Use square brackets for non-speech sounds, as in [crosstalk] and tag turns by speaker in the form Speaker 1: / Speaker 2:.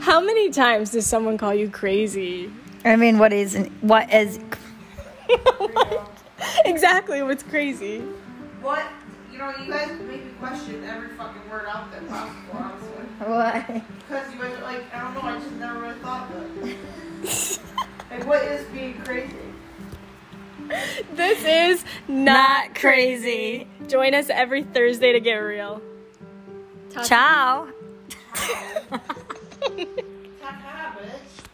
Speaker 1: How many times does someone call you crazy? [laughs]
Speaker 2: I mean, what is what is?
Speaker 1: Exactly what's crazy.
Speaker 3: What? You know, you guys make me question every fucking word out there possible, honestly.
Speaker 2: What?
Speaker 3: Because you guys are like, I don't know, I just never really thought of it. like, what is being crazy?
Speaker 1: This is not,
Speaker 2: Not crazy.
Speaker 1: crazy. Join us every Thursday to get real.
Speaker 2: Ciao.
Speaker 3: Haha, bitch.